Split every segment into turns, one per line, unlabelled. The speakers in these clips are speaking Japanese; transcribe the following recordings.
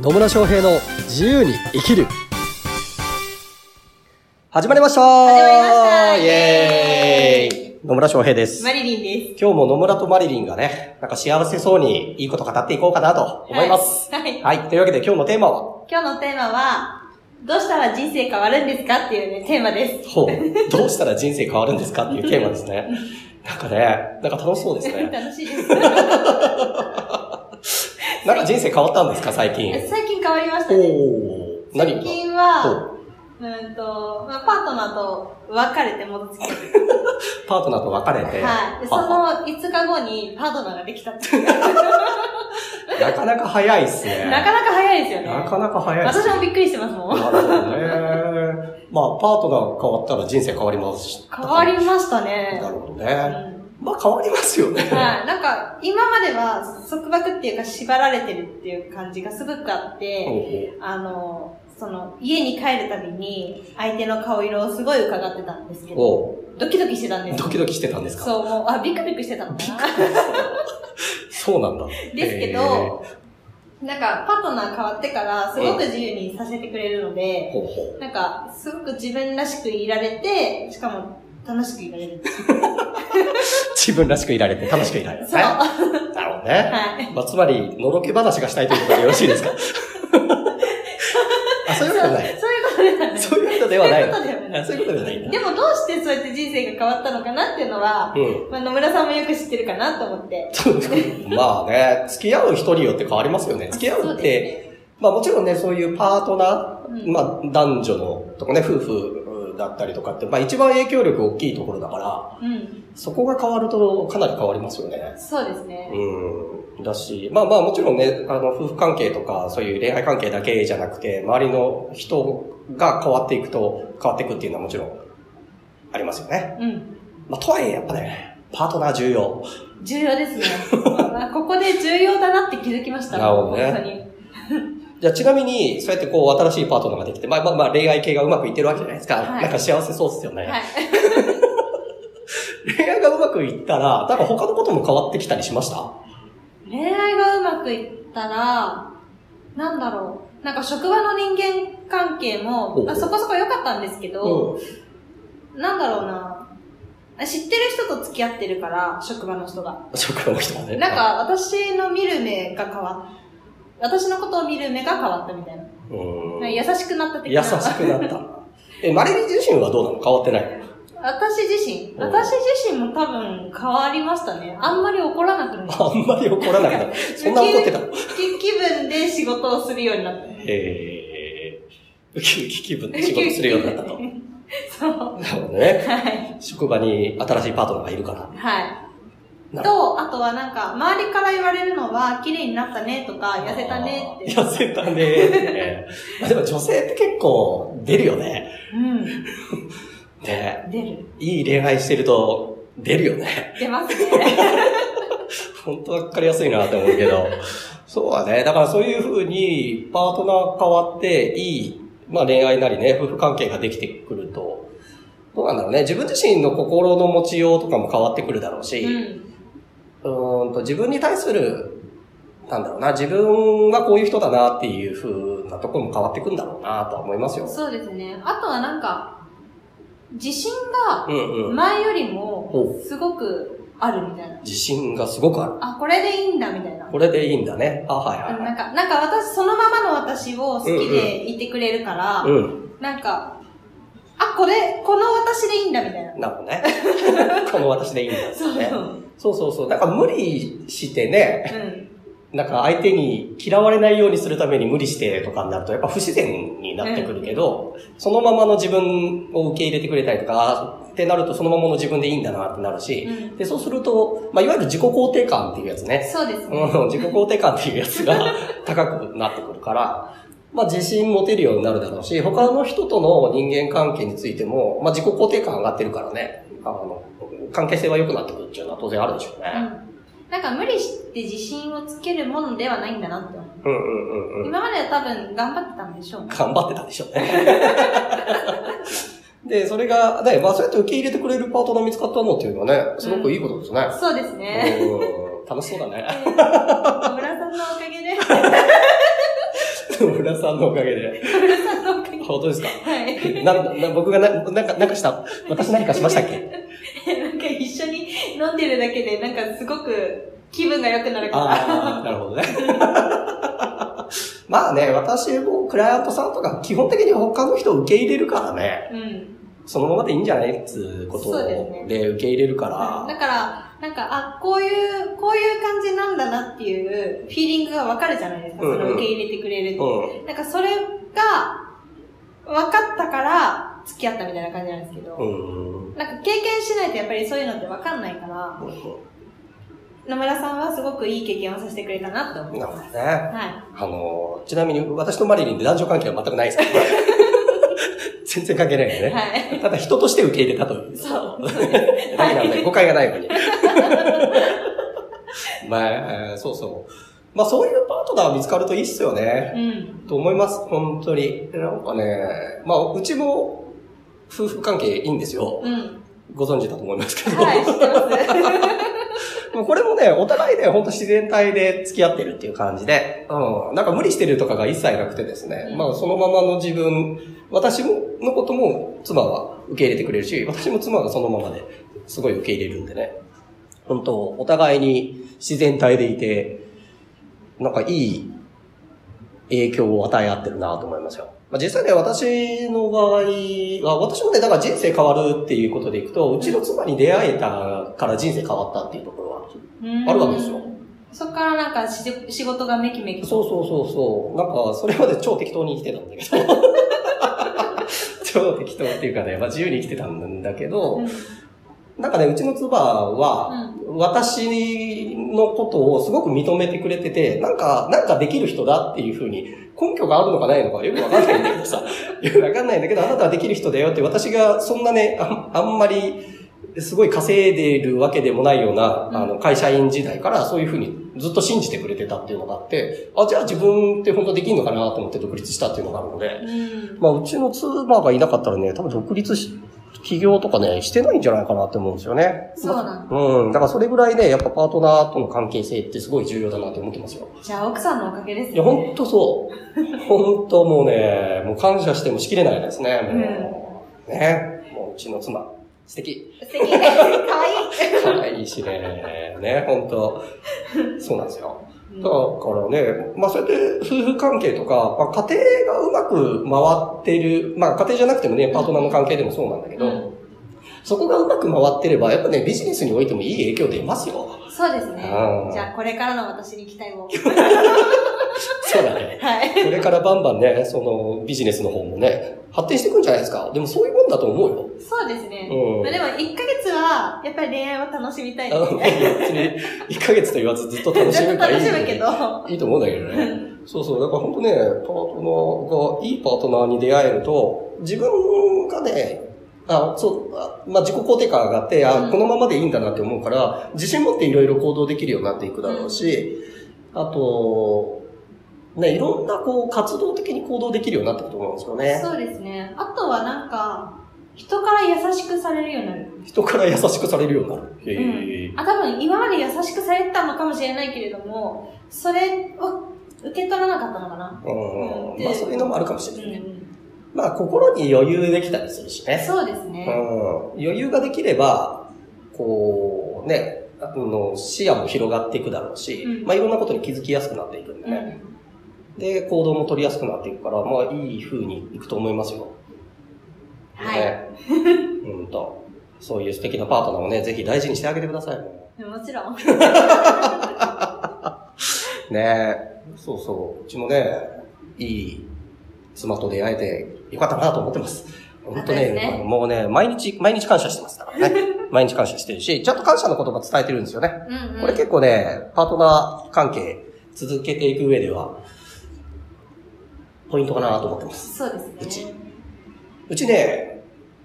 野村翔平の自由に生きる始まりました始
まりました
イエーイ
イエ
野村翔平です。
マリリンです。
今日も野村とマリリンがね、なんか幸せそうにいいこと語っていこうかなと思います。
はい。はい
はい、というわけで今日のテーマは、
今日のテーマは、どうしたら人生変わるんですかっていうね、テーマです。
ほう、どうしたら人生変わるんですかっていうテーマです ね。なんかね、なんか楽しそうですね。
楽しいです。
なんか人生変わったんですか最 近。
最近変わりましたね。
おー、何
最近
ほ
は、
う
うんと、まあ、パートナーと別れて戻ってきて、
パートナーと別れて、
はい。でそ
あ
の5日後にパートナーができたって いう
なかなか早いっすね。
なかなか早いですよね。
なかなか早いっす
私もびっくりしてますもん。
なるほどね。まあ、パートナーが変わったら人生変わります。
変わりましたね。
なるほど
う
ね。
ん
まあ、変わりますよね。
はい。なんか、今までは束縛っていうか縛られてるっていう感じがすごくあって、
ほうほ
あの、その、家に帰るたびに、相手の顔色をすごい伺ってたんですけ
う
ど、
おう
ドキドキしてたんです
ドキドキしてたんですか
そう、もう、あ、ビクビクしてたのかな
そうなんだ。
ですけど、なんか、パートナー変わってから、すごく自由にさせてくれるの
えー、
で、
ほうほ
なんか、すごく自分らしくいられて、しかも、楽しくいられる。
う自分らしくいられて楽しくいられる。
そう。
ね
は
なるほどね。
い。
まあ、つまり、のろけ話がしたいということでよろしい ですかあ、そういうことではない。
そういうことではない。
そういうことではないの
そういうことではない
あそういうことではないんだ。
でも、どうしてそうやって人生が変わったのかなっていうのは、
うん。
まあ、野村さんもよく知ってるかなと思って。
そうまあね、付き合う人によって変わりますよね。付き合う
そう
っ
です
て、
ね
まあもちろんね、そういうパートナー、
うん
まあ男女のとかね、夫婦だったりとかって、まあ一番影響力大きいところだから、
うん。
そこが変わるとかなり変わりますよね。
そうですね。
うん。だし、まあまあもちろんね、あの夫婦関係とかそういう恋愛関係だけじゃなくて、周りの人が変わっていくと、変わっていくっていうのはもちろんありますよね。
うん。
まあとはいえやっぱね、パートナー重要。
重要ですね。 まあここで重要だなって気づきました。
なるほどね
本当に。
じゃあちなみに、そうやってこう新しいパートナーができて、まあまあまあ恋愛系がうまくいってるわけじゃないですか。
はい
なんか幸せそうですよね。
はい。
恋愛がうまくいったら、なんか他のことも変わってきたりしました
恋愛がうまくいったら、なんだろう。なんか職場の人間関係
お
も
う、
まあ、そこそこ良かったんですけど、
うん。
なんだろうな。知ってる人と付き合ってるから、職場の人が。
職場の人はね。
なん、か、私の見る目が変わっ私のことを見る目が変わったみたいな。
うん。優し
優しくなった的
くな
な。
った。え、マリリン自身はどうなの変わってない
私自身
うん
私自身も多分変わりましたね。あんまり怒らなくなりました。
あんまり怒らなくなった。 そんな怒ってたの
気気分で仕事をするようになった。
へー。ウキウキ気分で仕事するようになったと。
そう。
なるほどね。
はい。
職場に新しいパートナーがいるから。
はい。
なるほ
と、あとはなんか、周りから言われるのは、綺麗になったねとか、痩せたねって。
痩せたねーって。まあでも女性って結構出るよね。
うん。
ね
出る。
いい恋愛してると出るよね。
出ますね。
本当わかりやすいなって思うけ ど。そうだね。だからそういうふうに、パートナー変わって、いい、まあ恋愛なりね、夫婦関係ができてくると、どうなんだろうね。自分自身の心の持ちようとかも変わってくるだろう
う
し、
ん。
うーんと自分に対する、なんだろうな、自分はこういう人だなっていうふうなところも変わってくんだろうなとは思いますよ。
そうですね。あとはなんか、自信が
うんうん。
前より
お
も、すごくあるみたいな。
自信がすごくある。
あ、これでいいんだみたいな。
これでいいんだね。あ、はい
うん
はいは。
ないんか、なんか私、そのままの私を好きでいてくれるから、
うん。
なんか、あ、これ、この私でいいんだみたいな。
なるほど ね。この私でいいんだってね。
そう。うん。
そうそうそう。だから無理してね、 なんか相手に嫌われないようにするために無理してとかになると、やっぱ不自然になってくるけど、そのままの自分を受け入れてくれたりとか、あーってなるとそのままの自分でいいんだなってなるし、
うん
で、そうすると、まあ、いわゆる自己肯定感っていうやつね。
そうですね。
うん自己肯定感っていうやつ が高くなってくるから、まあ自信持てるようになるだろうし、他の人との人間関係についても、まあ自己肯定感上がってるからね、あの、関係性は良くなってくるっていうのは当然あるでしょう
う
ね。
ん。なんか無理して自信をつけるものではないんだなって思う。
うんうんうんうん。
今までは多分頑張ってたんでしょうね。
頑張ってたでしょう ね。で、それが、ね、まあそうやって受け入れてくれるパートナー見つかったのっていうのはね、すごくいいことですね。
そうですね。
うん楽しそうだね。
えー野村さんのおかげで。
野村さんのおかげで。
なんか
本当ですか
はい。
なんな僕がな、なんか、なんかした私何かしましたっけ
なんか一緒に飲んでるだけで、なんかすごく気分が良くなるから。
ああ、なるほどね。 まあね、私もクライアントさんとか基本的に他の人を受け入れるからね、
うん。
そのままでいいんじゃないっつうこと
そうですね
で受け入れるから、
だから、なんか、あ、こういう、こういう感じなんだなっていうフィーリングがわかるじゃないですか。そ
うんうん
れを受け入れてくれるっていう
う
なんかそれが分かったから付き合ったみたいな感じなんですけど、
ん。うん。
なんか経験しないとやっぱりそういうのって分かんないから、野村さんはすごくいい経験をさせてくれたなって思い
なる
ま
ほど
す。
ね。
は
あの、ちなみに私とマリリンで男女関係は全くないです けど、全然関係ないです
い。
ね。
はい。
ただ人として受け入れたという。
そう。
だけなんで、誤解がないように。 まあ、えーそうそう。まあそういうパートナー見つかるといいっすよね。
うん。
と思います、本当に。なんかね、まあうちも夫婦関係いいんですよ。
うん。
ご存知だと思いますけど。
はい、知ってます。
もうこれもね、お互いね、本当自然体で付き合ってるっていう感じで、うん。なんか無理してるとかが一切なくてですね、
うん
まあそのままの自分、私も、のことも妻は受け入れてくれるし、私も妻がそのままで、すごい受け入れるんでね。本当お互いに自然体でいて、なんかいい影響を与え合ってるなと思いますよ。まあ、実際ね、私の場合は、私もね、だから人生変わるっていうことでいくと、うちの妻に出会えたから人生変わったっていうところは
うん
あるわけですよ。
そっからなんかし仕事がめきめき
そう
と。
そうそうそう。なんか、それまで超適当に生きてたんだけど。 超適当っていうかね、まあ自由に生きてたんだけど、
ん。
なんかね、うちの妻は、私のことをすごく認めてくれてて、なんか、なんかできる人だっていうふうに、根拠があるのかないのかよくわかんないんだけどさ、 よくわかんないんだけど、あなたはできる人だよって、私がそんなね、あんあんまり、すごい稼いでるわけでもないような、
うん
あの、会社員時代からそういうふうにずっと信じてくれてたっていうのがあって、あ、じゃあ自分って本当できるのかなと思って独立したっていうのがあるので、
うん。
まあ、うちの妻がいなかったらね、多分独立し、起業とかね、してないんじゃないかなって思うんですよね。
そうなん
うん。だからそれぐらいね、やっぱパートナーとの関係性ってすごい重要だなって思ってますよ。
じゃあ奥さんのおかげですね。
いや、ほんとそう。ほんともうね、もう感謝してもしきれないですね。もう、ね。もううちの妻、素敵。
素敵。かわいい。
可愛いしね。ね、ほんと。そうなんですよ。だからね、まあそうやって夫婦関係とか、まあ家庭がうまく回ってる、まあ家庭じゃなくてもね、パートナーの関係でもそうなんだけど、
うん
そこがうまく回ってれば、やっぱね、ビジネスにおいてもいい影響出 ますよ。
そうですね
あー。
じゃあこれからの私に期待を。
そうだね。
はい。
これからバンバンね、そのビジネスの方もね、発展していくんじゃないですか。でもそういうもんだと思うよ。
そうですね。
うん
まあ、でも、1ヶ月は、やっぱり恋愛を楽しみたい
あ
で
の
すね。
別に、1ヶ月と言わずずっと楽し
ず
む
っと
からい
楽
い
し
よ
むけど。
いいと思うんだけどね。そうそう。だから本当ね、パートナーが、いいパートナーに出会えると、自分がね、あ、そう、あまあ、自己肯定感上がって、あ、
うん
このままでいいんだなって思うから、自信持っていろいろ行動できるようになっていくだろうし、あと、ね、いろんなこう、活動的に行動できるようになっていくと思うんですよね。
そうですね。あとはなんか、人から優しくされるようになる。
人から優しくされるようになる。へえ
あ、多分、今まで優しくされてたのかもしれないけれども、それを受け取らなかったのかな。
うん。
うん
まあ、そういうのもあるかもしれ
う
ない。
ん。
まあ、心に余裕できたりするしね。
そうですね。
うん余裕ができれば、こう、ね、あの、視野も広がっていくだろうし、
うん
まあいろんなことに気づきやすくなっていくんで
う
ね。
ん。
で、行動も取りやすくなっていくから、まあいい風にいくと思いますよ。
はい。
ね、うんと。そういう素敵なパートナーをね、ぜひ大事にしてあげてください。
もちろん。
ねそうそう。うちもね、いい妻と出会えてよかったなと思ってます。本当
よ
ね
かったですね
もうね、毎日、毎日感謝してますから ね。毎日感謝してるし、ちゃんと感謝の言葉伝えてるんですよね。
うん、うん。
これ結構ね、パートナー関係続けていく上では、ポイントかなと思ってます。
そうですね。
うちうちね、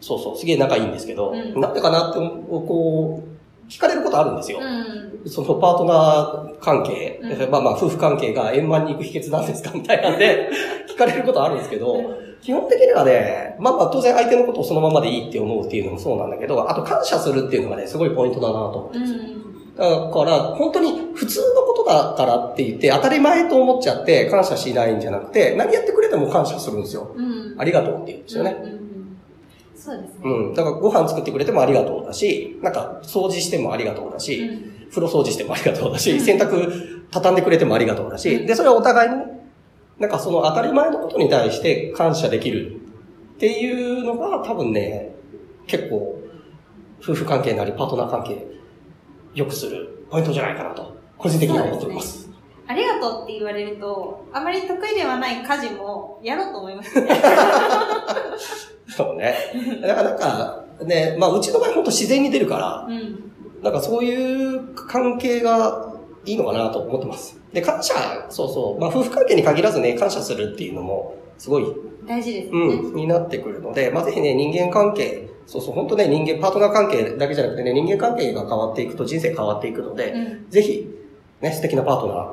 そうそう、すげえ仲いいんですけど、
うん
なんでかなって、こう、聞かれることあるんですよ
う。ん。
そのパートナー関係、
うん
まあまあ夫婦関係が円満に行く秘訣なんですかみたいなんで、 聞かれることあるんですけど、基本的にはね、まあまあ当然相手のことをそのままでいいって思うっていうのもそうなんだけど、あと感謝するっていうのがね、すごいポイントだなと思って
うん。
ます。だだから、本当に普通のことだからって言って、当たり前と思っちゃって感謝しないんじゃなくて、何やってくれても感謝するんですよ。
うん。
ありがとうって言うんですよね。
うんうんうん。そうですね。
うん。だからご飯作ってくれてもありがとうだし、なんか掃除してもありがとうだし、
うん
風呂掃除してもありがとうだ
う
し、
ん
洗濯畳んでくれてもありがとうだ
う
し、
ん
で、それはお互いに、なんかその当たり前のことに対して感謝できるっていうのが多分ね、結構、夫婦関係なりパートナー関係、良くするポイントじゃないかなと、個人的には思っております。
ありがとうって言われると、あまり得意ではない家事もやろうと思います。
そうね。だからなんか、ね、まあうちの場合本当自然に出るから、
うん。
なんかそういう関係がいいのかなと思ってます。で、感謝、そうそう、まあ夫婦関係に限らずね、感謝するっていうのも、すごい
大事ですね。
うん、になってくるので、まあ、ぜひね、人間関係、そうそう、本当ね、人間、パートナー関係だけじゃなくてね、人間関係が変わっていくと人生変わっていくので、
うん
ぜひ、ね、素敵なパートナー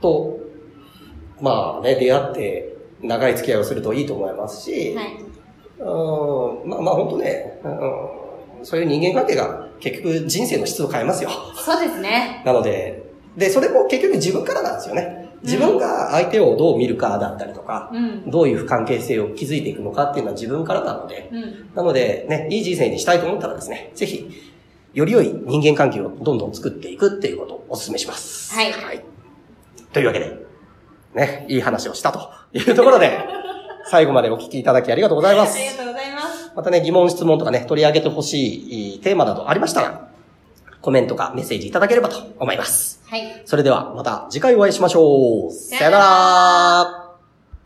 と、まあね、出会って、長い付き合いをするといいと思いますし、
はい。
うん、まあまあ、本当ね、うん、そういう人間関係が結局人生の質を変えますよ。
そうですね。
なので、で、それも結局自分からなんですよね。自分が相手をどう見るかだったりとか、
うん。
どういう関係性を築いていくのかっていうのは自分からなので、
うん。
なのでね、いい人生にしたいと思ったらですね、ぜひ、より良い人間関係をどんどん作っていくっていうことをお勧めします。
はい
というわけで、ね、いい話をしたというところで、 最後までお聞きいただきありがとうございま
あ
す
り。がとうございます。
またね、疑問、質問とかね、取り上げてほしいテーマなどありましたら、コメントかメッセージいただければと思います。
はい。
それではまた次回お会いしましょう。さよな
さよな
ら。